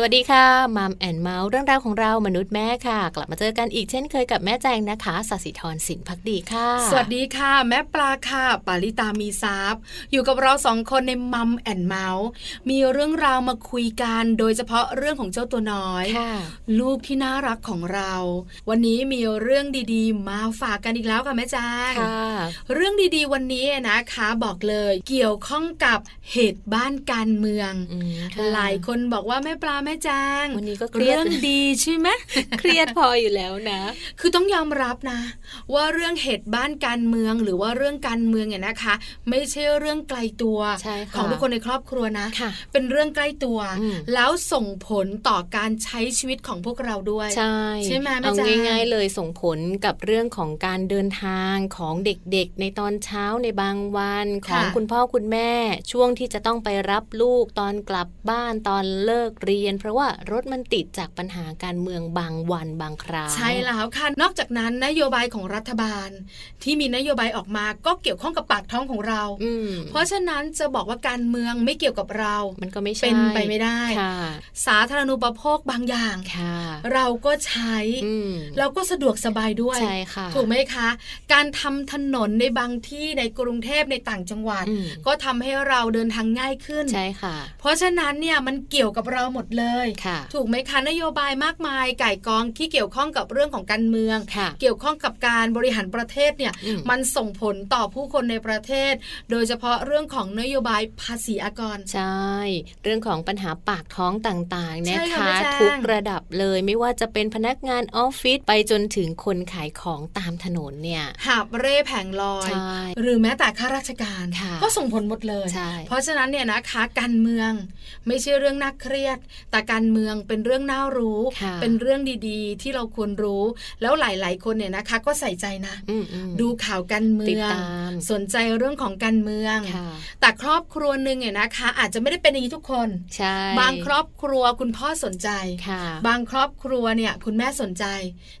สวัสดีค่ะมัมแอนเมาส์เรื่องราวของเรามนุษย์แม่ค่ะ กลับมาเจอกันอีกเช่นเคยกับแม่แจงนะคะสัสิธรสินพักดีค่ะ สวัสดีค่ะ แม่ปลาค่ะ ปาริตามีซัพย์อยู่กับเราสองคนในมัมแอนเมาส์มีเรื่องราวมาคุยกันโดยเฉพาะเรื่องของเจ้าตัวน้อย ค่ะ ลูกที่น่ารักของเรา วันนี้มีเรื่องดีๆ มาฝากกันอีกแล้วค่ะแม่แจ้ง ค่ะ เรื่องดีๆ วันนี้นะคะบอกเลยเกี่ยวข้องกับเหตุบ้านการเมือง อืมค่ะ หลายคนบอกว่าแม่ปลาแม่แจ้ง วันนี้ก็เครียด เรื่องดีใช่ไหม เครียดพออยู่แล้วนะ คือต้องยอมรับนะ ว่าเรื่องเหตุบ้านการเมืองหรือว่าเรื่องการเมืองเนี่ยนะคะ ไม่ใช่เรื่องไกลตัว ใช่ค่ะ ของทุกคนในครอบครัวนะ ค่ะ เป็นเรื่องใกล้ตัว อืม แล้วส่งผลต่อการใช้ชีวิตของพวกเราด้วย ใช่ ใช่ไหมแม่ เอา จ๊ะ ง่ายๆเลยส่งผลกับเรื่องของการเดินทางของเด็กๆ ในตอนเช้าในบางวัน ของคุณพ่อคุณแม่ ช่วงที่จะต้องไปรับลูกตอนกลับบ้านตอนเลิกเรียน เพราะว่ารถมันติดจากปัญหาการเมืองบางวันบางคราว ใช่แล้วค่ะ นอกจากนั้นนโยบายของรัฐบาล ที่มีนโยบายออกมาก็เกี่ยวข้องกับปากท้องของเรา อืม เพราะฉะนั้นจะบอกว่าการเมืองไม่เกี่ยวกับเรา มันก็ไม่ใช่ เป็นไปไม่ได้ ค่ะ สาธารณูปโภคบางอย่าง ค่ะ เราก็ใช้ อืม เราก็สะดวกสบายด้วย ใช่ค่ะ ถูกไหมคะ การทำถนนในบางที่ในกรุงเทพในต่างจังหวัด อืม ก็ทำให้เราเดินทางง่ายขึ้น ใช่ค่ะ เพราะฉะนั้นเนี่ยมันเกี่ยวกับเราหมดเลย ค่ะ ถูกไหมคะ นโยบายมากมายไก่ายกองที่เกี่ยวข้องกับเรื่องของการเมือง ค่ะ เกี่ยวข้องกับการบริหารประเทศเนี่ย อืม มันส่งผลต่อผู้คนในประเทศ โดยเฉพาะเรื่องของนโยบายภาษีอากร ใช่ เรื่องของปัญหาปากท้องต่างๆนะ ใช่ค่ะ คะ แม่แจ้ง ทุกระดับเลยไม่ว่าจะเป็นพนักงานออฟฟิศไปจนถึงคนขายของตามถนนเนี่ย หาบเร่แผงลอย ใช่ หรือแม้แต่ข้าราชการ ค่ะ ก็ส่งผลหมดเลย ใช่ เพราะฉะนั้นเนี่ยนะคะการเมืองไม่ใช่เรื่องน่าเครียด แต่การเมืองเป็นเรื่องน่ารู้ ค่ะ เป็นเรื่องดีๆ ที่เราควรรู้ แล้วหลายๆ คนเนี่ยนะคะ ก็ใส่ใจนะ อืมอืม ดูข่าวการเมื ติด อง ตาม สนใจเรื่องของการเมือง ค่ะ แต่ครอบครัวหนึ่งเนี่ยนะคะ อาจจะไม่ได้เป็นอย่างนี้ทุกคน ใช่ บางครอบครัวคุณพ่อสนใจ ค่ะ บางครอบครัวเนี่ยคุณแม่สนใจ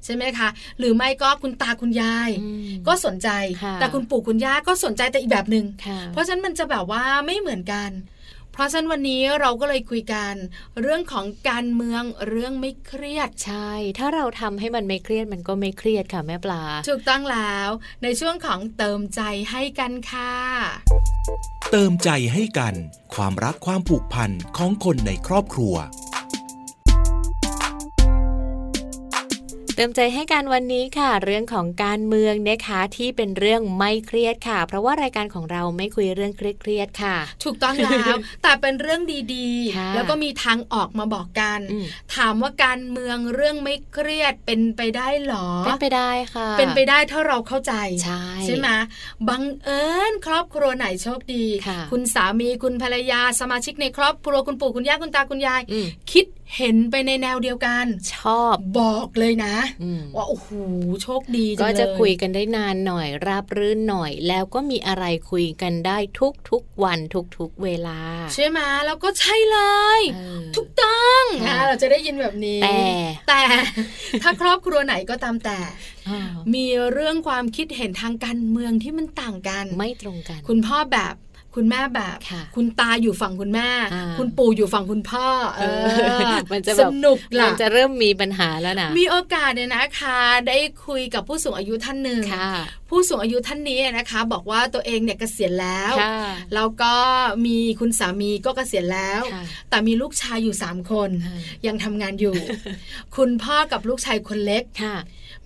ใช่ไหมคะ หรือไม่ก็คุณตาคุณยาย อืม ก็สนใจ ค่ะ แต่คุณปู่คุณย่าก็สนใจแต่อีกแบบหนึ่ง ค่ะ เพราะฉะนั้นมันจะแบบว่าไม่เหมือนกัน เพราะฉะนั้นวันนี้เราก็เลยคุยกัน เรื่องของการเมืองเรื่องไม่เครียด ใช่ ถ้าเราทำให้มันไม่เครียดมันก็ไม่เครียดค่ะแม่ปลา ถูกต้องแล้ว ในช่วงของเติมใจให้กันค่ะ เติมใจให้กัน ความรักความผูกพันของคนในครอบครัว เติมใจให้การวันนี้ค่ะ เรื่องของการเมืองนะคะที่เป็นเรื่องไม่เครียดค่ะ เพราะว่ารายการของเราไม่คุยเรื่องเครียดๆค่ะ ถูกต้องแล้ว แต่เป็นเรื่องดี ค่ะ ๆ แล้วก็มีทางออกมาบอกกัน อืม ถามว่าการเมืองเรื่องไม่เครียดเป็นไปได้หรอ เป็นไปได้ค่ะ เป็นไปได้ถ้าเราเข้าใจ ใช่ ใช่ไหมบังเอิญครอบครัวไหนโชคดี ค่ะ ณสามีคุณภรรยาสมาชิกในครอบครัวคุณปู่คุณย่าคุณตาคุณยาย อืม คิดเห็นไปในแนวเดียวกัน ชอบ บอกเลยนะ อืม ว่าโอ้โหโชคดีจังเลย ก็จะคุยกันได้นานหน่อย ราบรื่นหน่อย แล้วก็มีอะไรคุยกันได้ทุกทุกๆวันทุกทุกๆเวลา ใช่ไหมแล้วก็ใช่เลย เออ ถูกต้อง ค่ะ อ่าเราจะได้ยินแบบนี้ แต่ แต่ ถ้าครอบครัวไหนก็ตามแต่ อ่า มีเรื่องความคิดเห็นทางการเมืองที่มันต่างกัน ไม่ตรงกัน คุณพ่อแบบคุณแม่แบบ ค่ะ ณตาอยู่ฝั่งคุณแม่ อ่า คุณปู่อยู่ฝั่งคุณพ่อ เออ เออ มันจะแบบ สนุก มั ล่ะ นจะเริ่มมีปัญหาแล้วนะ มีโอกาสเนี่ยนะคะ ได้คุยกับผู้สูงอายุท่านหนึ่ง ค่ะ ผู้สูงอายุท่านนี้นะคะ บอกว่าตัวเองเนี่ยเกษียณแล้ว ค่ะ แล้วก็มีคุณสามีก็เกษียณแล้ว ค่ะ แต่มีลูกชายอยู่สามคน อ่า ยังทำงาน อยู่ คุณพ่อกับลูกชายคนเล็ก ค่ะ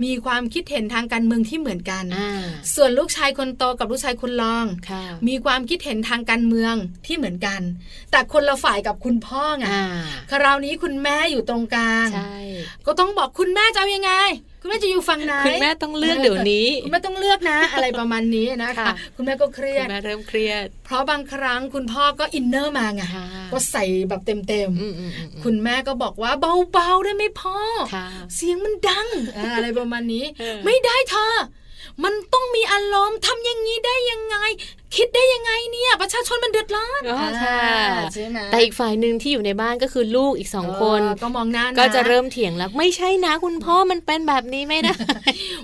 มีความคิดเห็นทางการเมืองที่เหมือนกัน อ่า ส่วนลูกชายคนโตกับลูกชายคนรอง ค่ะ มีความคิดเห็นทางการเมืองที่เหมือนกัน แต่คนละฝ่ายกับคุณพ่อไง อ่า คราวนี้คุณแม่อยู่ตรงกลาง ใช่ ก็ต้องบอกคุณแม่จะเอายังไง คุณแม่จะอยู่ฝั่งไหน คุณแม่ต้องเลือกเดี๋ยวนี้ คุณแม่ต้องเลือก นะ อะไรประมาณนี้นะคะ ค่ะ คุณแม่ก็เครี คุ ยด ณแม่เริ่มเครียด เพราะบางครั้งคุณพ่อก็อินเนอร์มาไง ค่ะ ก็ใส่แบบเต็ม อืมอืมอืมอืม ๆคุณแม่ก็บอกว่าเบาๆได้ไหมพ่อ ค่ะ เสียงมันดังอ่าอะไรประมาณนี้ เออ ไม่ได้เธอ มันต้องมีอารมณ์ทำอย่างนี้ได้ยังไง คิดได้ยังไงเนี่ย ประชาชนมันเดือดร้อน อ๋อค่ะ อ่าใช่ไหม แต่อีกฝ่ายหนึ่งที่อยู่ในบ้านก็คือลูกอีกสองคน เออก็มองหน้า ก็จะเริ่มเถียงแล้ว ไม่ใช่นะคุณพ่อมันเป็นแบบนี้ไม่ได้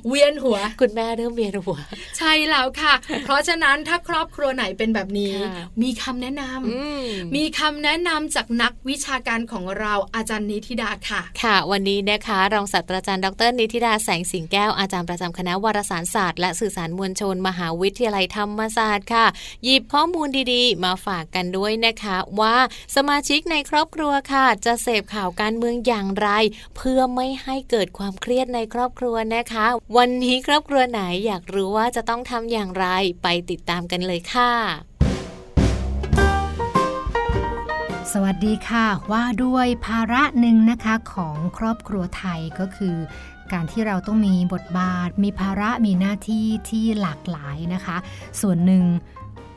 เวียนหัว คุณแม่เริ่มเวียนหัว ใช่แล้วค่ะ เพราะฉะนั้นถ้าครอบครัวไหนเป็นแบบนี้ ค่ะ มีคำแนะนำ อืม มีคำแนะนำจากนักวิชาการของเราอาจารย์นิธิดาค่ะ ค่ะ วันนี้นะคะรองศาสตราจารย์ดรนิติดาแสงสิงแก้วอาจารย์ประจำคณะวารสารศาสตร์และสื่อสารมวลชน มหาวิทยาลัยธรรมศาสตร์ค่ะ หยิบข้อมูลดีๆ มาฝากกันด้วยนะคะ ว่าสมาชิกในครอบครัวค่ะ จะเสพข่าวการเมืองอย่างไร เพื่อไม่ให้เกิดความเครียดในครอบครัวนะคะ วันนี้ครอบครัวไหนอยากรู้ว่าจะต้องทำอย่างไรไปติดตามกันเลยค่ะ สวัสดีค่ะ ว่าด้วยภาระหนึ่งนะคะของครอบครัวไทยก็คือ การที่เราต้องมีบทบาท มีภาระมีหน้าที่ที่หลากหลายนะคะ ส่วนหนึ่ง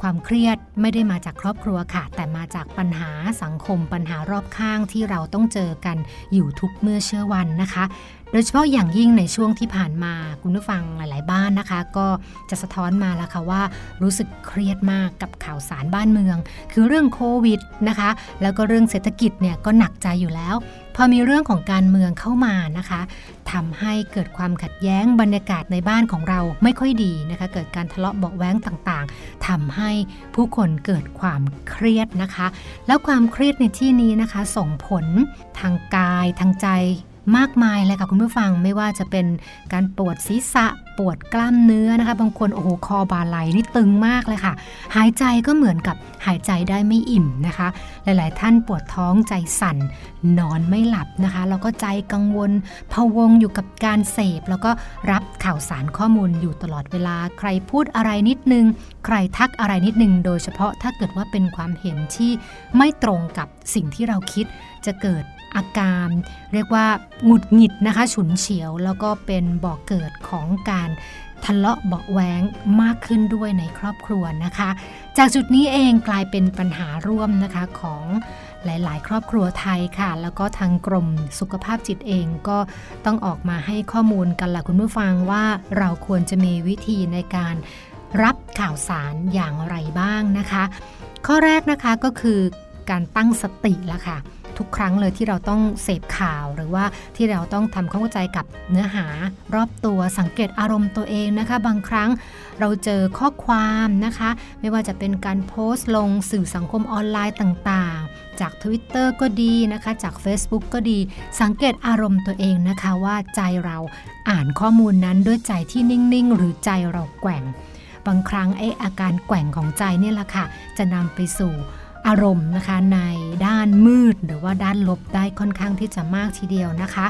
ความเครียดไม่ได้มาจากครอบครัวค่ะ แต่มาจากปัญหาสังคมปัญหารอบข้างที่เราต้องเจอกันอยู่ทุกเมื่อเชื่อวันนะคะ โดยเฉพาะอย่างยิ่งในช่วงที่ผ่านมาคุณผู้ฟังหลาย ๆ บ้านนะคะ ก็จะสะท้อนมาแล้วค่ะว่ารู้สึกเครียดมากกับข่าวสารบ้านเมือง คือเรื่องโควิดนะคะ แล้วก็เรื่องเศรษฐกิจเนี่ยก็หนักใจอยู่แล้ว พอมีเรื่องของการเมืองเข้ามานะคะทำให้เกิดความขัดแย้งบรรยากาศในบ้านของเราไม่ค่อยดีนะคะ เกิดการทะเลาะเบาะแว้งต่างๆทำให้ผู้คนเกิดความเครียดนะคะ แล้วความเครียดในที่นี้นะคะ ส่งผลทางกายทางใจมากมายเลยค่ะคุณผู้ฟังไม่ว่าจะเป็นการปวดศีรษะปวดกล้ามเนื้อนะคะ บางคนโอ้โหคอบาไหลนี่ตึงมากเลยค่ะ หายใจก็เหมือนกับหายใจได้ไม่อิ่มนะคะ หลาย ๆ ท่านปวดท้องใจสั่น นอนไม่หลับนะคะแล้วก็ใจกังวลพะวงอยู่กับการเสพ แล้วก็รับข่าวสารข้อมูลอยู่ตลอดเวลา ใครพูดอะไรนิดนึง ใครทักอะไรนิดนึง โดยเฉพาะถ้าเกิดว่าเป็นความเห็นที่ไม่ตรงกับสิ่งที่เราคิด จะเกิดอาการ เรียกว่าหงุดหงิดนะคะ ฉุนเฉียว แล้วก็เป็นบ่อกเกิดของการทะเลาะเบาะแว้งมากขึ้นด้วยในครอบครัวนะคะ จากจุดนี้เองกลายเป็นปัญหาร่วมนะคะของหลาย ๆ ครอบครัวไทยค่ะ แล้วก็ทางกรมสุขภาพจิตเองก็ต้องออกมาให้ข้อมูลกันละคุณผู้ฟังว่าเราควรจะมีวิธีในการรับข่าวสารอย่างไรบ้างนะคะ ข้อแรกนะคะก็คือการตั้งสติละค่ะ ทุกครั้งเลยที่เราต้องเสพข่าวหรือว่าที่เราต้องทำความเข้าใจกับเนื้อหารอบตัวสังเกตอารมณ์ตัวเองนะคะ บางครั้งเราเจอข้อความนะคะ ไม่ว่าจะเป็นการโพสต์ลงสื่อสังคมออนไลน์ต่างๆ จาก Twitter ก็ดีนะคะ จาก Facebook ก็ดี สังเกตอารมณ์ตัวเองนะคะว่าใจเราอ่านข้อมูลนั้นด้วยใจที่นิ่งๆ หรือใจเราแกว่ง บางครั้งไออาการแกว่งของใจเนี่ยแหละค่ะ จะนำไปสู่อารมณ์นะคะในด้านมืดหรือว่าด้านลบได้ค่อนข้างที่จะมากทีเดียวนะคะ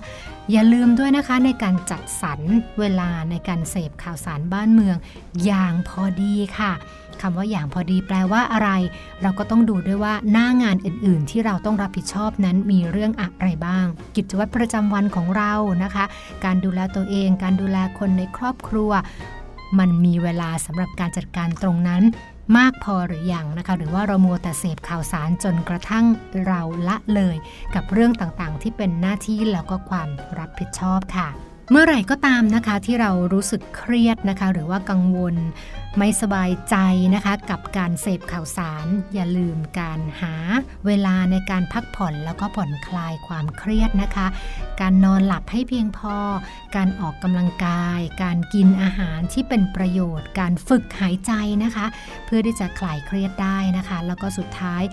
อย่าลืมด้วยนะคะในการจัดสรรเวลาในการเสพข่าวสารบ้านเมือง อย่างพอดีค่ะคำว่าอย่างพอดีแปลว่าอะไร เราก็ต้องดูด้วยว่าหน้างานอื่น ๆ ที่เราต้องรับผิดชอบนั้นมีเรื่องอะไรบ้าง กิจวัตรประจำวันของเรานะคะ การดูแลตัวเอง การดูแลคนในครอบครัว มันมีเวลาสำหรับการจัดการตรงนั้น มากพอหรือยังนะคะ หรือว่าเรามัวแต่เสพข่าวสารจนกระทั่งเราละเลย กับเรื่องต่างๆ ที่เป็นหน้าที่แล้วก็ความรับผิดชอบค่ะ เมื่อไหร่ก็ตามนะคะที่เรารู้สึกเครียดนะคะ หรือว่ากังวล ไม่สบายใจนะคะ กับการเสพข่าวสาร อย่าลืมการหาเวลาในการพักผ่อนแล้วก็ผ่อนคลายความเครียดนะคะ การนอนหลับให้เพียงพอ การออกกำลังกาย การกินอาหารที่เป็นประโยชน์ การฝึกหายใจนะคะ เพื่อที่จะคลายเครียดได้นะคะ แล้วก็สุดท้าย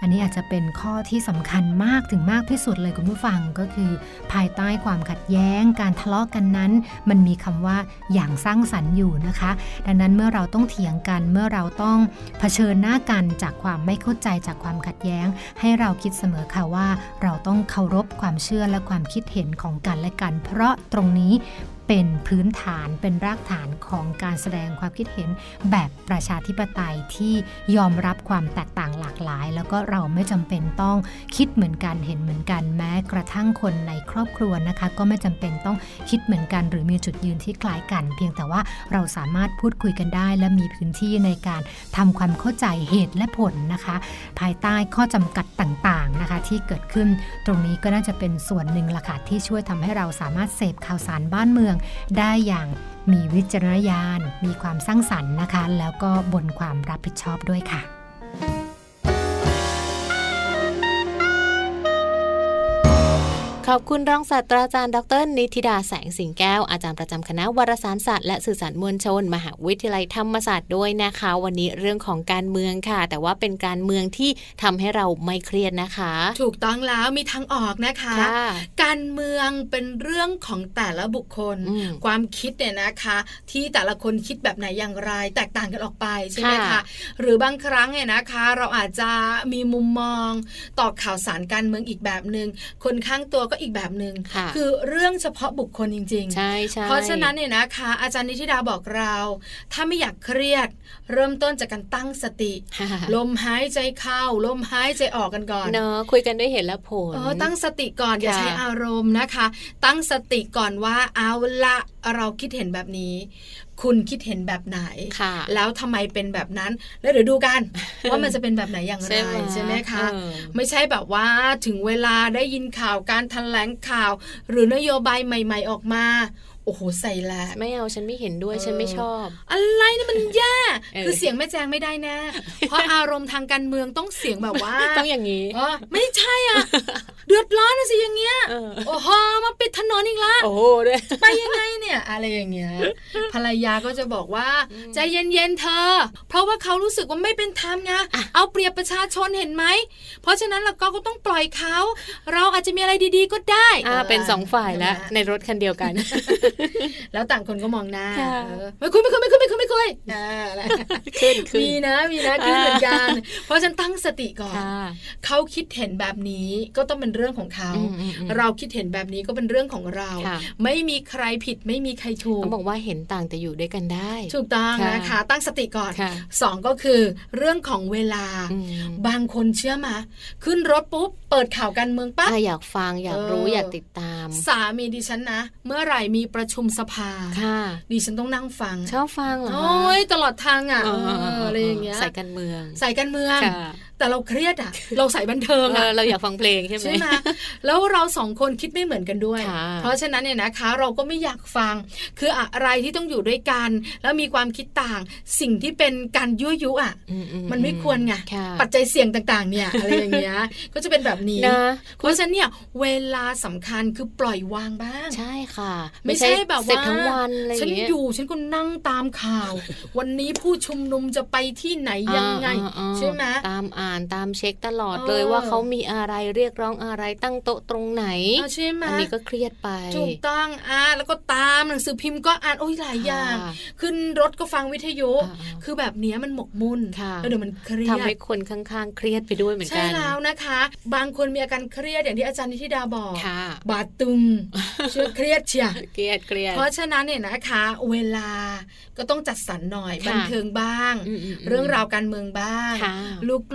อันนี้อาจจะเป็นข้อที่สำคัญมากถึงมากที่สุดเลยคุณผู้ฟังก็คือ ภายใต้ความขัดแย้ง การทะเลาะกันนั้น มันมีคำว่าอย่างสร้างสรรค์อยู่นะคะ ดังนั้นเมื่อเราต้องเถียงกันเมื่อเราต้องเผชิญหน้ากันจากความไม่เข้าใจจากความขัดแย้ง ให้เราคิดเสมอค่ะว่า เราต้องเคารพความเชื่อและความคิดเห็นของกันและกัน เพราะตรงนี้เป็นพื้นฐานเป็นรากฐานของการแสดงความคิดเห็นแบบประชาธิปไตยที่ยอมรับความแตกต่างหลากหลาย แล้วก็เราไม่จำเป็นต้องคิดเหมือนกันเห็นเหมือนกันแม้กระทั่งคนในครอบครัวนะคะ ก็ไม่จำเป็นต้องคิดเหมือนกัน หรือมีจุดยืนที่คล้ายกัน เพียงแต่ว่าเราสามารถพูดคุยกันได้ และมีพื้นที่ในการทำความเข้าใจเหตุและผลนะคะ ภายใต้ข้อจำกัดต่างๆนะคะ ที่เกิดขึ้น ตรงนี้ก็น่าจะเป็นส่วนหนึ่งละค่ะที่ช่วยทำให้เราสามารถเสพข่าวสารบ้านเมือง ได้อย่างมีวิจารณญาณ มีความสร้างสรรค์นะคะ แล้วก็บนความรับผิดชอบด้วยค่ะ ขอบคุณรองศาสตราจารย์ดรนิติดาแสงสิงแก้ว อาจารย์ประจำคณะวารสารศาสตร์และสื่อสารมวลชน มหาวิทยาลัยธรรมศาสตร์ด้วยนะคะ วันนี้เรื่องของการเมืองค่ะ แต่ว่าเป็นการเมืองที่ทำให้เราไม่เครียดนะคะ ถูกต้องแล้วมีทางออกนะคะ ค่ะ การเมืองเป็นเรื่องของแต่ละบุคคล อืม ความคิดเนี่ยนะคะ ที่แต่ละคนคิดแบบไหนอย่างไร แตกต่างกันออกไปใช่ไหม ค่ะ คะหรือบางครั้งเนี่ยนะคะ เราอาจจะมีมุมมองต่อข่าวสารการเมืองอีกแบบหนึง่งคนข้างตัวก็อีกแบบหนึง่ ค่ะ งคือเรื่องเฉพาะบุคคลจริง ๆ ใช่ใช่ เพราะฉะนั้นเนี่ยนะคะ อาจารย์นิธิดาบอกเรา ถ้าไม่อยากเครียด เริ่มต้นจากการตั้งสติ ลมหายใจเข้า ลมหายใจออกกันก่อน เนาะคุยกันด้วยเหตุและผล เออตั้งสติก่อนอย่า ค่ะ ใช้อารมณ์นะคะ ตั้งสติก่อนว่าเอาละเราคิดเห็นแบบนี้ คุณคิดเห็นแบบไหน ค่ะ แล้วทำไมเป็นแบบนั้น แล้วเดี๋ยวดูกัน ว่ามันจะเป็นแบบไหนอย่างไร ใช่ไหม ไหมคะ เออ ไม่ใช่แบบว่าถึงเวลาได้ยินข่าวการแถลงข่าว หรือนโยบายใหม่ ๆออกมาโอ้โหใส่แหลก ไม่เอาฉันไม่เห็นด้วย เออ ฉันไม่ชอบ อะไรนะมันแย่ เออ คือเสียงแม่แจงไม่ได้ แน่เพราะอารมณ์ทางการเมืองต้องเสียงแบบว่า ต้องอย่างนี้ เออไม่ใช่อ่ะ เดือดร้อนนะสิอย่างเงี้ย เออ โอ้โหมาปิดถนนอีกละ โอ้โหด้วย ไปยังไงเนี่ย อะไรอย่างเงี้ย ภรรยาก็จะบอกว่า อืม ใจเย็นๆเธอ เพราะว่าเขารู้สึกว่าไม่เป็นธรรมไง อ่ะ เอาเปรียบประชาชนเห็นไหม เพราะฉะนั้นเราก็ต้องปล่อยเขา เราอาจจะมีอะไรดีๆก็ได้ อ่าเป็นสองฝ่ายแล้ว ใช่ไห ใน ม รถคันเดียวกัน แล้วต่างคนก็มองหน้า ค่ะ เออไม่คุยไม่คุยไม่คุยไม่คุยไม่คุยอ่าอะไร ขึ้นขึ้น มีนะมีนะขึ้น อ่า เหมือนกัน เพราะฉะนันตั้งสติก่อน ค่ะ เขาคิดเห็นแบบนี้ก็ต้องเป็นเรื่องของเขา อืมอืมอืม เราคิดเห็นแบบนี้ก็เป็นเรื่องของเรา ค่ะ ไม่มีใครผิดไม่มีใครถูก เขาบอกว่าเห็นต่างแต่อยู่ด้วยกันได้ ถูกต้อง ค่ะ นะคะ ตั้งสติก่อน ค่ะ สองก็คือเรื่องของเวลา อืม บางคนเชื่อมา ขึ้นรถปุ๊บ เปิดข่าวการเมืองปั๊บ อ่ะอยากฟังอยากรู้ เออ อ อ ยากติดตาม สามีดิฉันนะ เมื่อไหร่มีประชุมสภา ค่ะ ดิฉันต้องนั่งฟัง ชอบฟังเหรอ โอ้ยตลอดทางอ่ะ เออเออเอเออ อ อะไรอย่างเงี้ย ใส่กันเมือง ใส่การเมือง ค่ะ แต่เราเครียดอ่ะ เราใส่บันเทิง เอ อ่ะ อเราอยากฟังเพลงใช่ ใช่ไหม แล้วเราสองคนคิดไม่เหมือนกันด้วย ค่ะ เพราะฉะนั้นเนี่ยนะคะ เราก็ไม่อยากฟัง คืออะไรที่ต้องอยู่ด้วยกัน แล้วมีความคิดต่าง สิ่งที่เป็นการยั่วยุอ่ะ อือื มันไม่ควรไง ค่ะ ปัจจัยเสี่ยงต่างๆ เนี่ยอะไรอย่างเงี้ย ก็จะเป็นแบบนี้ นะ เพราะฉะนั้นเนี่ยเวลาสำคัญคือปล่อยวางบ้าง ใช่ค่ะ ไม่ใช่แบบ เสร็จ ว่า ทั้งวันอะไรอ ฉัน ย่างเงี้ย อยู่ฉันก็นั่งตามข่าว วันนี้ผู้ชุมนุมจะไปที่ไหนยังไง อ่าอ่าอ่า ใช่ไหม ตามอ่านตามเช็คตลอด เออ เลยว่าเขามีอะไรเรียกร้องอะไรตั้งโต๊ะตรงไหน อ่าใช่ไหม อันนี้ก็เครียดไป ถูกต้องอ่ะแล้วก็ตามหนังสือพิมพ์ก็อ่านโอ้ยหลายอย่าง ค่ะ ขึ้นรถก็ฟังวิทยุ อ่าๆ คือแบบเนี้ยมันหมกมุ่น ค่ะ แล้วเดี๋ยวมันเครีย ทำให้ ด คนข้างๆ เครียดไปด้วยเหมือน ใช่ กัน แล้วนะคะ บางคนมีอาการเครียดอย่างที่อาจารย์นิธิดาบอก ค่ะ บาดตึ งเชื่อเครียดเชีย เครียดเครียด เพราะฉะนั้นเนี่ยนะคะ เวลาก็ต้องจัดสรรหน่อย ค่ะ บันเทิงบ้าง อืมๆๆ เรื่องราวการเมืองบ้าง ค่ะ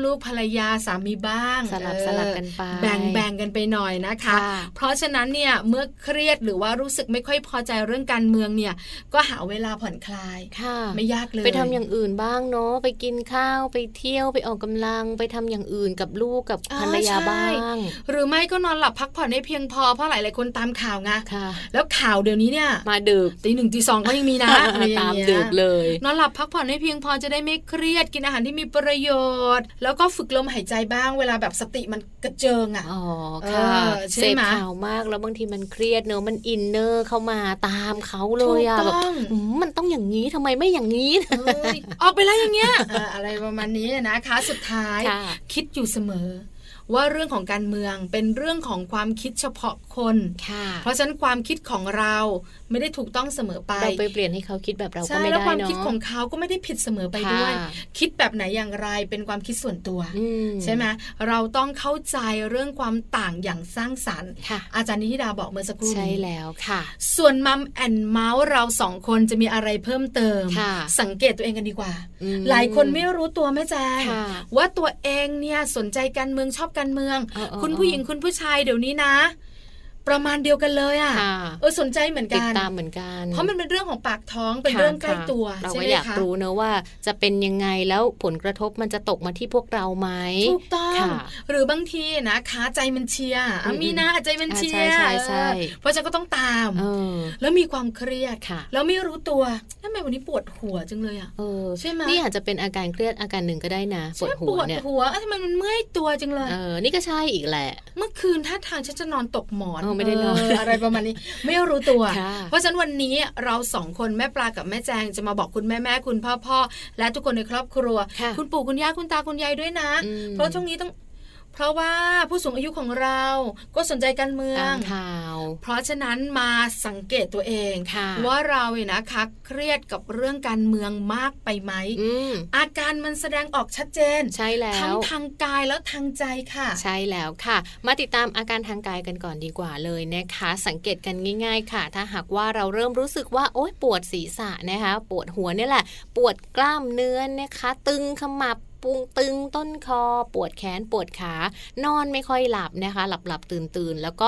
ลูกๆภรรยาสามีบ้าง สลับ เออ สลับกันไป แบ่งแบ่งกันไปหน่อยนะคะ ค่ะ เพราะฉะนั้นเนี่ยเมื่อเครียดหรือว่ารู้สึกไม่ค่อยพอใจเรื่องการเมืองเนี่ย ก็หาเวลาผ่อนคลาย ค่ะ ไม่ยากเลย ไปทำอย่างอื่นบ้างเนาะไปกินข้าวไปเที่ยวไปออกกำลังไปทำอย่างอื่นกับลูกกับภรรยาบ้าง หรือไม่ก็นอนหลับพักผ่อนให้เพียงพอเพราะหลาย ๆ คนตามข่าวไง ค่ะ แล้วข่าวเดี๋ยวนี้เนี่ย มาดึก ตีหนึ่งตีสองก็ยังมีนะอะไรอ ย่ตาง ม งี้ย ดึกเลย นอนหลับพักผ่อนให้เพียงพอจะได้ไม่เครียดกินอาหารที่มีประโยชน์ แล้วก็ฝึกลมหายใจบ้าง เวลาแบบสติมันกระเจิงอ่ะ อ๋อ เออ ค่ะ ใช่ เสพ ไหม ข่าวมากแล้วบางทีมันเครียดเนอะมันอินเนอร์เข้ามาตามเขาเลยอะ ถูก แบบ ต้อง อืมมันต้องอย่างนี้ทำไมไม่อย่างนี้ เอ้ยออกไปแล้วอย่างเงี้ยเอออะไรประมาณนี้นะคะ สุดท้าย ค่ะ คิดอยู่เสมอ ว่าเรื่องของการเมืองเป็นเรื่องของความคิดเฉพาะคน ค่ะ เพราะฉะนั้นความคิดของเราไม่ได้ถูกต้องเสมอไป เราไปเปลี่ยนให้เขาคิดแบบเราก็ ใช่ ไม่ได้เนอะ แล้วความคิดของเขาก็ไม่ได้ผิดเสมอไปด้วย ค่ะ คิดแบบไหนอย่างไรเป็นความคิดส่วนตัว อื ใช่ไหมเราต้องเข้าใจเรื่องความต่างอย่างสร้างสรรค์ ค่ะ อาจารย์นิธิดาบอกเมื่อสักครู่นี้ ใช่แล้วค่ะ ส่วนมัมแอนเมาส์เราสองคนจะมีอะไรเพิ่มเติม ค่ะ สังเกตตัวเองกันดีกว่า อืม หลายคนไม่รู้ตัวแม่แจ้ง ค่ะ ว่าตัวเองเนี่ยสนใจการเมืองชอบการเมือง เออเออ คุณ เออ ผู้หญิงคุณผู้ชายเดี๋ยวนี้นะ ประมาณเดียวกันเลยอ่ะ ค่ะ เออสนใจเหมือน ติ กั ด น ตามเหมือนกัน เพราะมันเป็นเรื่องของปากท้องเป็น ค่ะ เรื่องใกล้ ค่ะ ตัว เราก็ใช่ไหม อยาก คะ รู้เนอะว่าจะเป็นยังไงแล้วผลกระทบมันจะตกมาที่พวกเราไหม ถูกต้อง ค่ะ หรือบางทีนะคะใจมันเชียร์อ่ะ อืม มีนะใจมันเชียอ่าร์ใช่ใช่ใช่ เออเพราะฉะนันก็ต้องตาม เออ แล้วมีความเครียด ค่ะ แล้วไม่รู้ตัวทำไมวันนี้ปวดหัวจังเลยอ่ะ เออ ใช่ไหม นี่อาจจะเป็นอาการเครียดอาการหนึ่งก็ได้นะปวดหัว ฉันปวด เนี่ย หัวเอ้ยทำไมมันเมื่อยตัวจังเลย เออนี่ก็ใช่อีกแหละ เมื่อคืนท่าทางฉันจะนอนตกหมอน เออไม่ได้นอน เอะไรประมาณนี้ ไม่รู้ตัว ค่ะ เพราะฉะนั้นวันนี้เราสองคนแม่ปลากับแม่แจงจะมาบอกคุณแม่แม่คุณพ่อพ่อและทุกคนในครอบครัว ค่ะ ณปู่คุณย่าคุณตาคุณยายด้วยนะ อืม เพราะช่วงนี้ต้อง เพราะว่าผู้สูงอายุของเราก็สนใจการเมือ ตาง มข่าว เพราะฉะนั้นมาสังเกตตัวเอง ค่ะ ว่าเราเนี่ยนะคะเครียดกับเรื่องการเมืองมากไปไหม อืม อาการมันแสดงออกชัดเจน ใช่แล้ ทั้ง ว ทางกายแล้วทางใจค่ะ ใช่แล้วค่ะ มาติดตามอาการทางกายกันก่อนดีกว่าเลยนะคะ สังเกตกันง่าย ๆ ค่ะ ถ้าหากว่าเราเริ่มรู้สึกว่าโอ๊ยปวดศีรษะนะคะ ปวดหัวเนี่ยแหละ ปวดกล้ามเนื้อนะคะ ตึงขมับปุงตึงต้นคอ ปวดแขนปวดขา นอนไม่ค่อยหลับนะคะ หลับหลับตื่นตื่นๆแล้วก็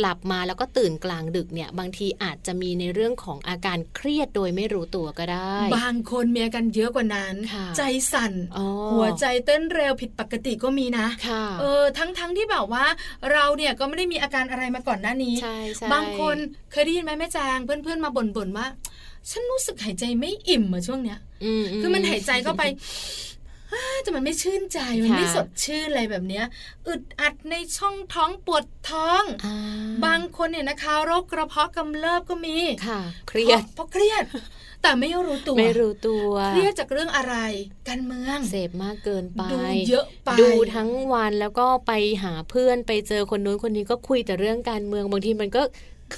หลับมาแล้วก็ตื่นกลางดึกเนี่ย บางทีอาจจะมีในเรื่องของอาการเครียดโดยไม่รู้ตัวก็ได้ บางคนมีอาการเยอะกว่านั้น ค่ะ ใจสั่น อ๋อ หัวใจเต้นเร็วผิดปกติก็มีนะ ค่ะ เออ ทั้งทั้งที่แบบว่า เราเนี่ยก็ไม่ได้มีอาการอะไรมาก่อนหน้านี้ ใช่ใช่ บางคนเคยได้ยินไหมแม่แจงเพื่อนๆมาบ่นๆว่า ฉันรู้สึกหายใจไม่อิ่มอะช่วงเนี้ย คือมันหายใจเข้าไป แต่มันไม่ชื่นใจ มันไม่ ค่ะ สดชื่นอะไรแบบเนี้ยอึดอัดในช่องท้องปวดท้อง อ่ บางคนเนี่ยนะคะโรคกระเพาะกำเริบก็มี ค่ะ เครียด เพราะเพราะเครียด แต่ไม่รู้ตัว ไม่รู้ตัว เครียดจากเรื่องอะไร การเมือง เสพมากเกินไป ดูเยอะไป ดูทั้งวันแล้วก็ไปหาเพื่อนไปเจอคนนู้นคนนี้ก็คุยแต่เรื่องการเมืองบางทีมันก็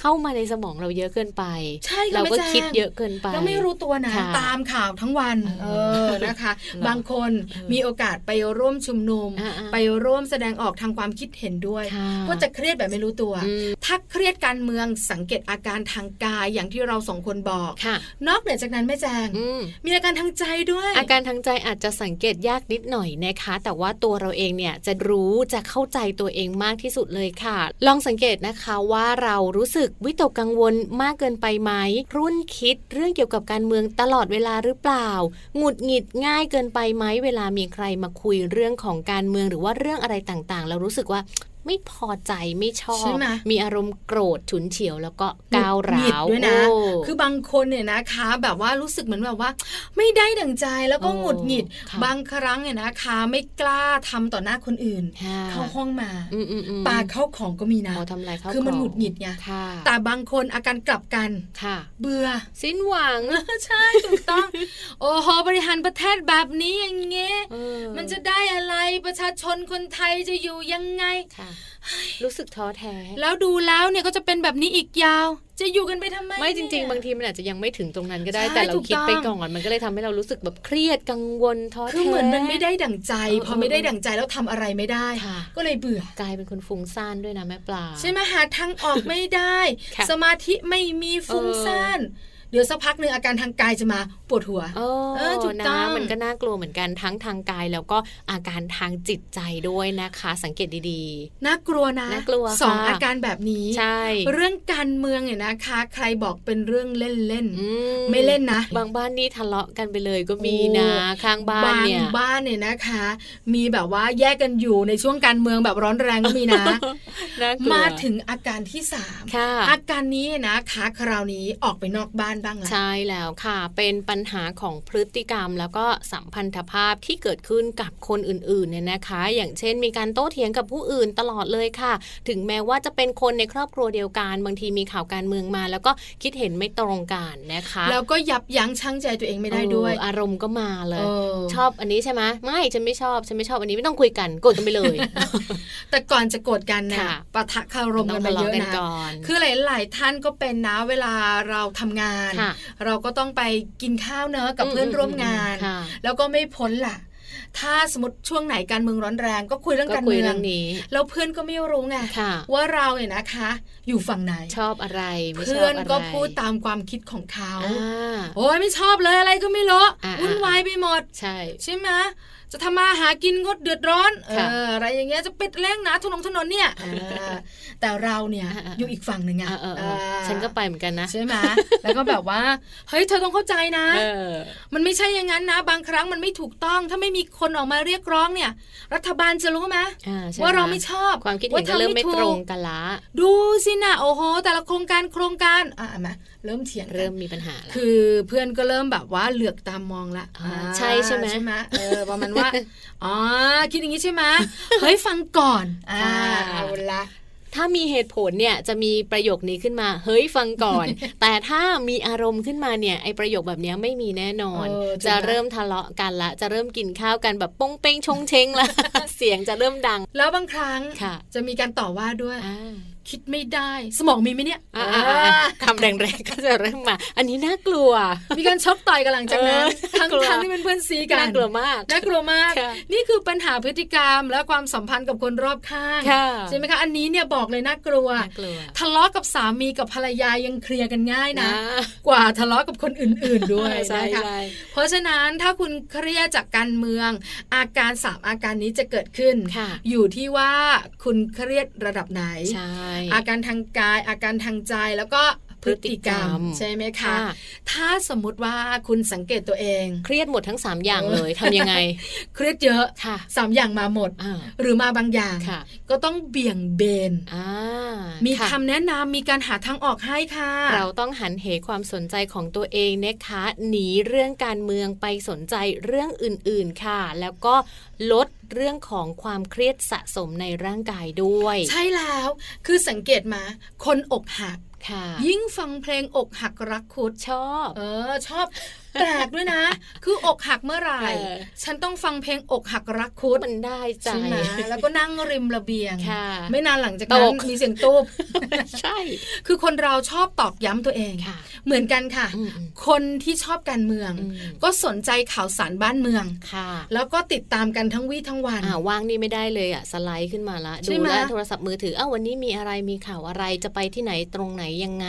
เข้ามาในสมองเราเยอะเกินไป ใช่ค่ะ เราก็ แม่แจง คิดเยอะเกินไป แล้วไม่รู้ตัวนะ ค่ะ ตามข่าวทั้งวัน เอ เอ อ อนะคะ เนอะ บางคน เออ มีโอกาสไปร่วมชุมนุม อ่าๆ ไปร่วมแสดงออกทางความคิดเห็นด้วย ค่ ก็จะเครียดแบบไม่รู้ตัว อืม ถ้าเครียดการเมืองสังเกตอาการทางกายอย่างที่เราสองคนบอก ค่ะ นอกเหนือจากนั้นแม่แจง อืม มีอาการทางใจด้วย อาการทางใจอาจจะสังเกตยากนิดหน่อยนะคะ แต่ว่าตัวเราเองเนี่ยจะรู้จะเข้าใจตัวเองมากที่สุดเลยค่ะ ลองสังเกตนะคะว่าเรารู้สึกวิตกกังวลมากเกินไปไหมครุ่นคิดเรื่องเกี่ยวกับการเมืองตลอดเวลาหรือเปล่าหงุดหงิดง่ายเกินไปไหมเวลามีใครมาคุยเรื่องของการเมืองหรือว่าเรื่องอะไรต่างๆ เรารู้สึกว่าไม่พอใจไม่ชอบ ใช่ไหม อารมณ์โกรธฉุนเฉียวแล้วก็ก้าว หงุ ร้า ด ว หงิดด้วยนะ โอ้ คือบางคนเนี่ยนะคะ แบบว่ารู้สึกเหมือนแบบว่า ไม่ได้ดั่งใจแล้วก็ โอ้ หงุดหงิด ค่ะ บางครั้งเนี่ยนะคะ ไม่กล้าทำต่อหน้าคนอื่น ค่ะ เข้าห้องมา อืมอืมอืม ปาเข้าของก็มีนะ อ๋อทำลายข้าว คือมัน ข หงุดหงิดไง ค่ะ แต่บางคนอาการกลับกัน ค่ะ เบื่อ สิ้นหวัง ใช่ถูกต้อง โอ้โหบริหารประเทศแบบนี้อย่างเงี้ย เออ มันจะได้อะไรประชาชนคนไทยจะอยู่ยังไง ค่ะ รู้สึกท้อแท้ แล้วดูแล้วเนี่ยก็จะเป็นแบบนี้อีกยาว จะอยู่กันไปทำไม ไม่จริง เนี่ย ๆ บางทีมันอาจจะยังไม่ถึงตรงนั้นก็ได้ ใช่ แต่เราคิด ถูกต้อง ไปก่อน มันก็เลยทำให้เรารู้สึกแบบเครียดกังวลท้อแท้ คือเหมือนมันไม่ได้ดั่งใจ เออ พอไม่ได้ดั่งใจแล้วทำอะไรไม่ได้ ค่ะ ก็เลยเบื่อ กลายเป็นคนฟุ้งซ่านด้วยนะแม่ปลา ใช่ไหมหาทางออกไม่ได้ ค่ะ สมาธิไม่มีฟุ้งซ่าน เดี๋ยวสักพักหนึ่งอาการทางกายจะมาปวดหัว เอ เอ อ อถูก นะ ต้อง มันก็น่ากลัวเหมือนกันทั้งทางกายแล้วก็อาการทางจิตใจด้วยนะคะ สังเกตดี น่ากลัวนะ น่ากลัว สอง ค่ะ อาการแบบนี้ ๆ ใช่ เรื่องการเมืองเนี่ยนะคะ ใครบอกเป็นเรื่องเล่นเล่นๆ อื ไม่เล่นนะ บางบ้านนี่ทะเลาะกันไปเลยก็มีนะข้างบ้าน บาง เนี่ย บ้านเนี่ยนะคะ มีแบบว่าแยกกันอยู่ในช่วงการเมืองแบบร้อนแรงก็มีนะ น่ากลัว มาถึงอาการที่สาม ค่ะ อาการนี้นะคะคราวนี้ออกไปนอกบ้านบ้างละ ใช่แล้วค่ะ เป็นปัญหาของพฤติกรรมแล้วก็สัมพันธภาพที่เกิดขึ้นกับคนอื่นๆเนี่ยนะคะ อย่างเช่น มีการโต้เถียงกับผู้อื่นตลอดเลยค่ะ ถึงแม้ว่าจะเป็นคนในครอบครัวเดียวกัน บางทีมีข่าวการเมืองมา แล้วก็คิดเห็นไม่ตรงกันนะคะ แล้วก็ยับยั้งชั่งใจตัวเองไม่ได้ด้วย เอออารมณ์ก็มาเล เอย อ ชอบอันนี้ใช่ไหมไม่ฉันไม่ชอบฉันไม่ชอบอันนี้ไม่ต้องคุยกันโกรธกันไปเลย แต่ก่อนจะโกรธกันนะ ค่ะ ปะทะค ารม ต้ กั อน ง ไป ทะ เย เลาะ อะ กัน นะ ก่อน คือหลาย ๆ ท่านก็เป็นนะเวลาเราทำงาน ค่ะ เราก็ต้องไปกินข้าวเนอะกับเพื่อนร่วมงาน ค่ะ แล้วก็ไม่พ้นล่ะ ถ้าสมมติช่วงไหนการเมืองร้อนแรงก็คุยเรื่อง ก็ การ คุย เมือ เรื่อง งนี้ แล้วเพื่อนก็ไม่รู้ไง ค่ะ ว่าเราเนี่ยนะคะ อยู่ฝั่งไหน ชอบอะไรไม่ชอบ เพื่อน อะไร ก็พูดตามความคิดของเขา อ่า โอ้ยไม่ชอบเลยอะไรก็ไม่รู้ อ่า วุ่นวายไปหมด ใช่ ใช่ไหม จะทำมาหากินก็เดือดร้อนเอ ค่ะ ออะไรอย่างเงี้ยจะปิดแรงหนาถนนถนนเนี่ยเออแต่เราเนี่ย อ่าๆ อยู่อีกฝั่งหนึ่งอะ เออเออเอ เอ อ อ ฉันก็ไปเหมือนกันนะ ใช่ไหมแล้วก็แบบว่าเฮ้ยเธอต้องเข้าใจนะ เออ มันไม่ใช่อย่างนั้นนะ บางครั้งมันไม่ถูกต้อง ถ้าไม่มีคนออกมาเรียกร้องเนี่ย รัฐบาลจะรู้ไหม อ่ใช่ ว่าเรา ไห ไม่ชอบ ความคิดเห็น ว่ ก็เริ่มไม่ ทำ ตรง ถู กันละ ดูสินะโอ้โห แต่ละโครงการโครงการอ่ะเอามาเริ่มเถียงกัน เริ่มมีปัญหาละ คือเพื่อนก็เริ่มแบบว่าเหลือกตามมองละ อ่า อ่า ใช่ใช่ไหม ใช่ไหมเอ อประมาณว่า อ๋อคิดอย่างนี้ใช่ไหมเฮ้ยฟังก่อนอ่า ค่ะ เอาละ ถ้ามีเหตุผลเนี่ยจะมีประโยคนี้ขึ้นมา เฮ้ยฟังก่อน แต่ถ้ามีอารมณ์ขึ้นมาเนี่ยไอประโยคแบบเนี้ยไม่มีแน่นอน เออ จะ ถูกน เริ่มทะเลาะกันละ จะเริ่มกินข้าวกันแบบโป้งเป้งชงเชงละ เสียงจะเริ่มดัง แล้วบางครั้ง ค่ะ จะมีการต่อว่าด้วย อ่า คิดไม่ได้ สมองมีไหมเนี่ย อ่าอ่าอ่าคำแรงๆก็จะเริ่มมา อันนี้น่ากลัว มีการชกต่อยกันหลังจากนั้น เออ ทั้ง กลัว ทั้งที่เป็นเพื่อนซีกัน น่ากลัวมาก น่ากลัวมาก ค่ะ นี่คือปัญหาพฤติกรรมและความสัมพันธ์กับคนรอบข้าง ค่ะ ใช่ไหมคะ อันนี้เนี่ยบอกเลยน่ากลัว น่ากลัว ทะเลาะกับสามีกับภรรยายังเคลียร์กันง่ายนะ นะ กว่าทะเลาะกับคนอื่น ๆ ด้วย ใช่ นะคะ ใช่ เพราะฉะนั้นถ้าคุณเครียดจากการเมือง อาการสามอาการนี้จะเกิดขึ้น ค่ะ อยู่ที่ว่าคุณเครียดระดับไหน ใช่ อาการทางกาย อาการทางใจแล้วก็พฤติกรรพฤติกรรมม ใช่ไหมคะ ค่ะ ถ้าสมมุติว่าคุณสังเกตตัวเอง เครียดหมดทั้ง 3 อย่าง เออ เลยทำยังไง เครียดเยอะ ค่ะ สามอย่างมาหมด อ่า หรือมาบางอย่าง ค่ะ ก็ต้องเบี่ยงเบน อ่า มี ค่ะ คำแนะนำมีการหาทางออกให้ค่ะ เราต้องหันเหความสนใจของตัวเองนะคะ หนีเรื่องการเมืองไปสนใจเรื่องอื่นๆค่ะ แล้วก็ลดเรื่องของความเครียดสะสมในร่างกายด้วย ใช่แล้ว คือสังเกตมา คนอกหัก ค่ะ ยิ่งฟังเพลงอกหักรักคุด ชอบ เออ ชอบแปลกด้วยนะ คืออกหักเมื่อไหร่ เออ ฉันต้องฟังเพลงอกหักรักคุด มันได้ใจ ใช่ไหมแล้วก็นั่งริมระเบียง ค่ะ ไม่นานหลังจากนั้ ต น ก มีเสียงตูบ ใช่ คือคนเราชอบตอกย้ำตัวเอง ค่ะ เหมือนกันค่ะ อืม คนที่ชอบการเมือง อืม ก็สนใจข่าวสารบ้านเมือง ค่ะ แล้วก็ติดตามกันทั้งวี่ทั้งวัน อ่าว่างนี่ไม่ได้เลยอ่ะสไลด์ขึ้นมาละ ใช่ ดู ไหม แล้วโทรศัพท์มือถืออ้าววันนี้มีอะไรมีข่าวอะไรจะไปที่ไหนตรงไหนยังไง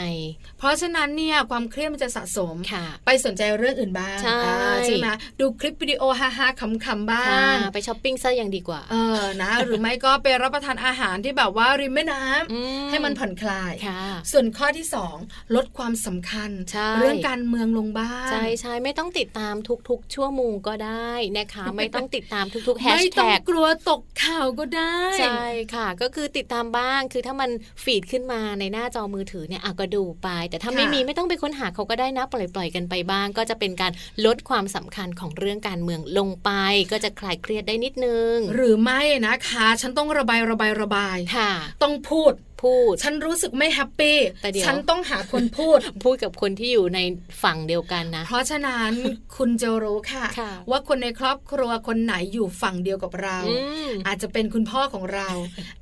เพราะฉะนั้นเนี่ยความเครียดมันจะสะสม ค่ะ ไปสนใจเรื่องอื่นบ้าง ใช่ อ่าใช่ไหมดูคลิปวิดีโอฮาฮาๆขำๆบ้า ค่ะ ง ไปช้อปปิ้งซะยังดีกว่า เออนะ หรือไม่ก็ไปรับประทานอาหารที่แบบว่าริมแม่น้ำ ม ให้มันผ่อนคลาย ค่ะ ส่วนข้อที่ 2 ลดความสำคัญ ใช่ เรื่องการเมืองลงบ้าง ใช่ใช่ไม่ต้องติดตามทุกๆ ชั่วโมงก็ได้นะคะ ไม่ต้องติดตามทุกๆแฮช ไม่ต้อง แท็ก กลัวตกข่าวก็ได้ ใช่ค่ะ ก็คือติดตามบ้างคือถ้ามันฟีดขึ้นมาในหน้าจอมือถือเนี่ยอ่ะก็ดูไป แต่ถ้า ค่ะ ไม่มีไม่ต้องไปค้นหาเขาก็ได้นะปล่อยปล่อยกันไปบ้าง ก็จะเป็นการลดความสำคัญของเรื่องการเมืองลงไป ก็จะคลายเครียดได้นิดนึง หรือไม่นะคะ ฉันต้องระบายระบายระบาย ค่ะ ต้องพูด พูด ฉันรู้สึกไม่แฮปปี้ แต่เดี๋ยว ฉันต้องหาคนพู ด พูดกับคนที่อยู่ในฝั่งเดียวกันนะ เพราะฉะนั้น คุณจะรู้ค่ะ ค่ะ ว่าคนในครอบครัวคนไหนอยู่ฝั่งเดียวกับเรา อืม อาจจะเป็นคุณพ่อของเรา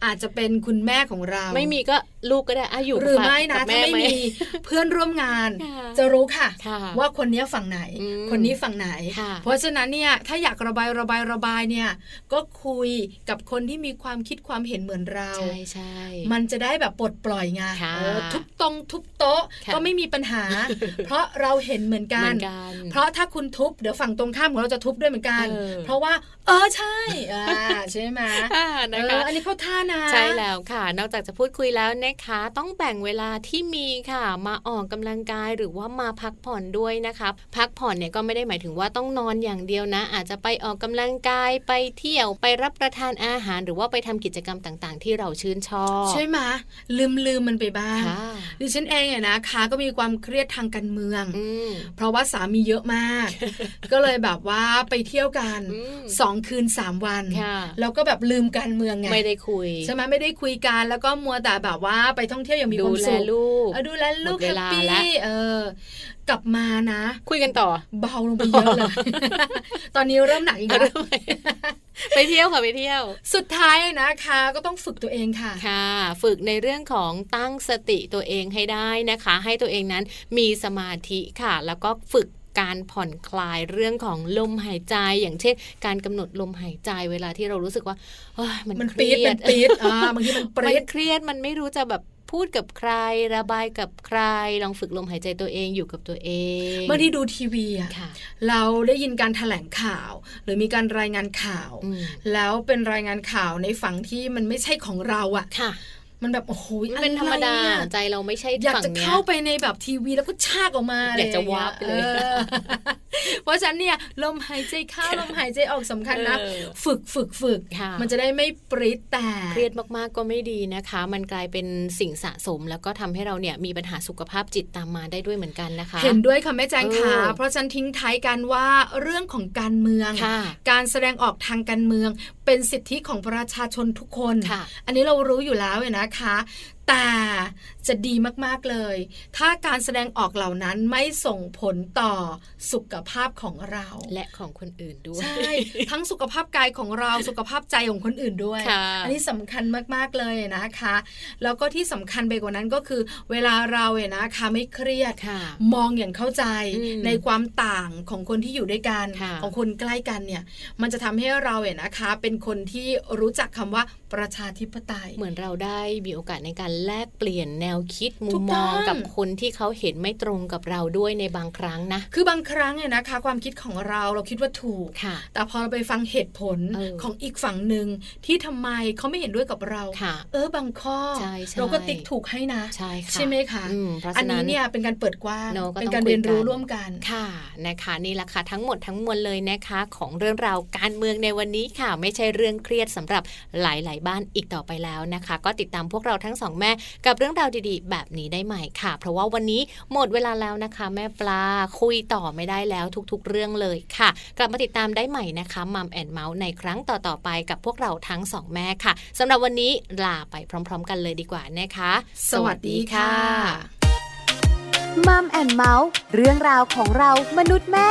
อาจจะเป็นคุณแม่ของเรา ไม่มีก็ลูกก็ได้อ่ะอยู่ หรือไม่ กับนะถ้า แม่ ไม่ ไหม มี เพื่อนร่วมงาน ค่ะ จะรู้ค่ะ ค่ะ ว่าคนเนี้ยฝั่งไหน อืม คนนี้ฝั่งไหน ค่ะ เพราะฉะนั้นเนี่ยถ้าอยากระบายระบายระบายเนี่ย ก็คุยกับคนที่มีความคิดความเห็นเหมือนเรา ใช่ใช่ มันจะได้แบบปลดปล่อยไง ค่ะ เออทุบตรงทุบโต๊ะ ค่ะ ก็ไม่มีปัญ หา เพราะเราเห็นเหมือนกั เหมื น อนกัน เพราะถ้าคุณทุบเดี๋ยวฝั่งตรงข้ามของเราจะทุบด้วยเหมือนกัน เออ เพราะว่า เออใช่อ่าใช่ไหม อ่า เอ นะ อ คะ อันนี้เข้าท่านะ ใช่แล้วค่ะ นอกจากจะพูดคุยแล้วนะคะ ต้องแบ่งเวลาที่มีค่ะ มาออกกำลังกายหรือว่ามาพักผ่อนด้วยนะคะพักผ่อนเนี่ยก็ไม่ได้หมายถึงว่าต้องนอนอย่างเดียวนะ อาจจะไปออกกำลังกายไปเที่ยวไปรับประทานอาหาร หรือว่าไปทำกิจกรรมต่างๆ ที่เราชื่นชอบ ใช่ไหมลืมลืมมันไปบ้าง ค่ะ ดิฉันเองเนี่ยนะคะก็มีความเครียดทางการเมือง อืม เพราะว่าสามีเยอะมาก ก็เลยแบบว่าไปเที่ยวกัน อืม สองคืนสามวัน ค่ะ แล้วก็แบบลืมการเมืองไง ไม่ได้คุย ใช่ไหมไม่ได้คุยกันแล้วก็มัวแต่แบบว่าไปท่องเที่ยวอย่างมีค ดู วาม แล สุข ลูก เออดูแลลูก หมดเว แฮป ลา ปี้ ละ เออกลับมานะ คุยกันต่อ เบาลงไปเยอะเลย ตอนนี้เริ่มหนักอีก เอา แล้ว ด้วย ไปเที่ยวค่ะไปเที่ยว สุดท้ายนะคะก็ต้องฝึกตัวเองค่ะ ค่ะ ฝึกในเรื่องของตั้งสติตัวเองให้ได้นะคะ ให้ตัวเองนั้นมีสมาธิค่ะ แล้วก็ฝึกการผ่อนคลายเรื่องของลมหายใจ อย่างเช่น การกำหนดลมหายใจเวลาที่เรารู้สึกว่าเฮ้ยมัน มัน เค ปี รี ด ย มั ด นปีดอ่าบางทีมันป มั รีด นเครียดมันไม่รู้จะแบบ พูดกับใคร ระบายกับใคร ลองฝึกลมหายใจตัวเองอยู่กับตัวเอง เมื่อที่ดูทีวีอะ ค่ะ เราได้ยินการแถลงข่าว หรือมีการรายงานข่าว อืม แล้วเป็นรายงานข่าวในฝั่งที่มันไม่ใช่ของเราอะ ค่ะ มันแบบโอ้โห มันเป็นธรรมดา อะไรอะ ใจเราไม่ใช่ อยาก ฝั่ง จะ เนี้ย เข้าไปในแบบทีวีแล้วก็ชากออกมา อยากจะวาร์ป อะไปรอเลย งงี้อ อเพราะฉะนั้นเนี่ยลมหายใจ เข้าลมหายใจออกสำคัญนะ เออ ฝึกฝึกฝึก ค่ะ มันจะได้ไม่ปริแตก เครียดมากๆก็ไม่ดีนะคะ มันกลายเป็นสิ่งสะสม แล้วก็ทำให้เราเนี่ยมีปัญหาสุขภาพจิตตามมาได้ด้วยเหมือนกันนะคะ เห็นด้วยค่ะแม่แจงค่ะ เออ เพราะฉะนันทิ้งท้ายกันว่าเรื่องของการเมือง ค่ะ การแสดงออกทางการเมือง เป็นสิทธิของประชาชนทุกคน ค่ะ อันนี้เรารู้อยู่แล้วเนี่ยนะคะ แต่จะดีมากๆเลย ถ้าการแสดงออกเหล่านั้นไม่ส่งผลต่อสุขภาพของเรา และของคนอื่นด้วย ใช่ ทั้งสุขภาพกายของเราสุขภาพใจของคนอื่นด้วย ค่ะ อันนี้สำคัญมากๆเลยนะคะ แล้วก็ที่สำคัญไปกว่านั้นก็คือ เวลาเราเนี่ยนะคะไม่เครียด ค่ะ มองอย่างเข้าใจ อืม ในความต่างของคนที่อยู่ด้วยกัน ค่ะ ของคนใกล้กันเนี่ยมันจะทำให้เราเนี่ยนะคะ เป็นคนที่รู้จักคำว่าประชาธิปไตย เหมือนเราได้มีโอกาสในการแลกเปลี่ยนแนวคิดมุ ถู ม ก ม ต้ อ อง งกับคนที่เขาเห็นไม่ตรงกับเราด้วยในบางครั้งนะ คือบางครั้งเนี่ยนะคะ ความคิดของเราเราคิดว่าถูก ค่ะ แต่พอเราไปฟังเหตุผล เออ ของอีกฝั่งหนึ่งที่ทำไมเขาไม่เห็นด้วยกับเรา ค่ะ เออบางข้อ ใช่ใช่ เราก็ติ๊กถูกให้นะ ใช่ค่ะ ใช่ไหมคะ อืมเพราะ อัน ฉะนั้ นี้ น เนี่ยเป็นการเปิดกว้าง เนอะก็ เป็น ต้อง การเรียนรู้ คุยกัน ร่วมกัน ค่ะนะคะนี่แหละค่ะทั้งหมดทั้งมวลเลยนะคะ ของเรื่องราวการเมืองในวันนี้ค่ะ ไม่ใช่เรื่องเครียดสำหรับหลาย ๆ บ้านอีกต่อไปแล้วนะคะ ก็ติดตามพวกเราทั้งสองแม่กับเรื่องราวดีๆ แบบนี้ได้ใหม่ค่ะ เพราะว่าวันนี้หมดเวลาแล้วนะคะ แม่ปลาคุยต่อไม่ได้แล้วทุกๆ เรื่องเลยค่ะ กลับมาติดตามได้ใหม่นะคะมัมแอนเมาส์ในครั้งต่อๆไปกับพวกเราทั้งสองแม่ค่ะสำหรับวันนี้ลาไปพร้อม ๆ กันเลยดีกว่านะคะ สวัสดีค่ะ มัมแอนเมาส์เรื่องราวของเรามนุษย์แม่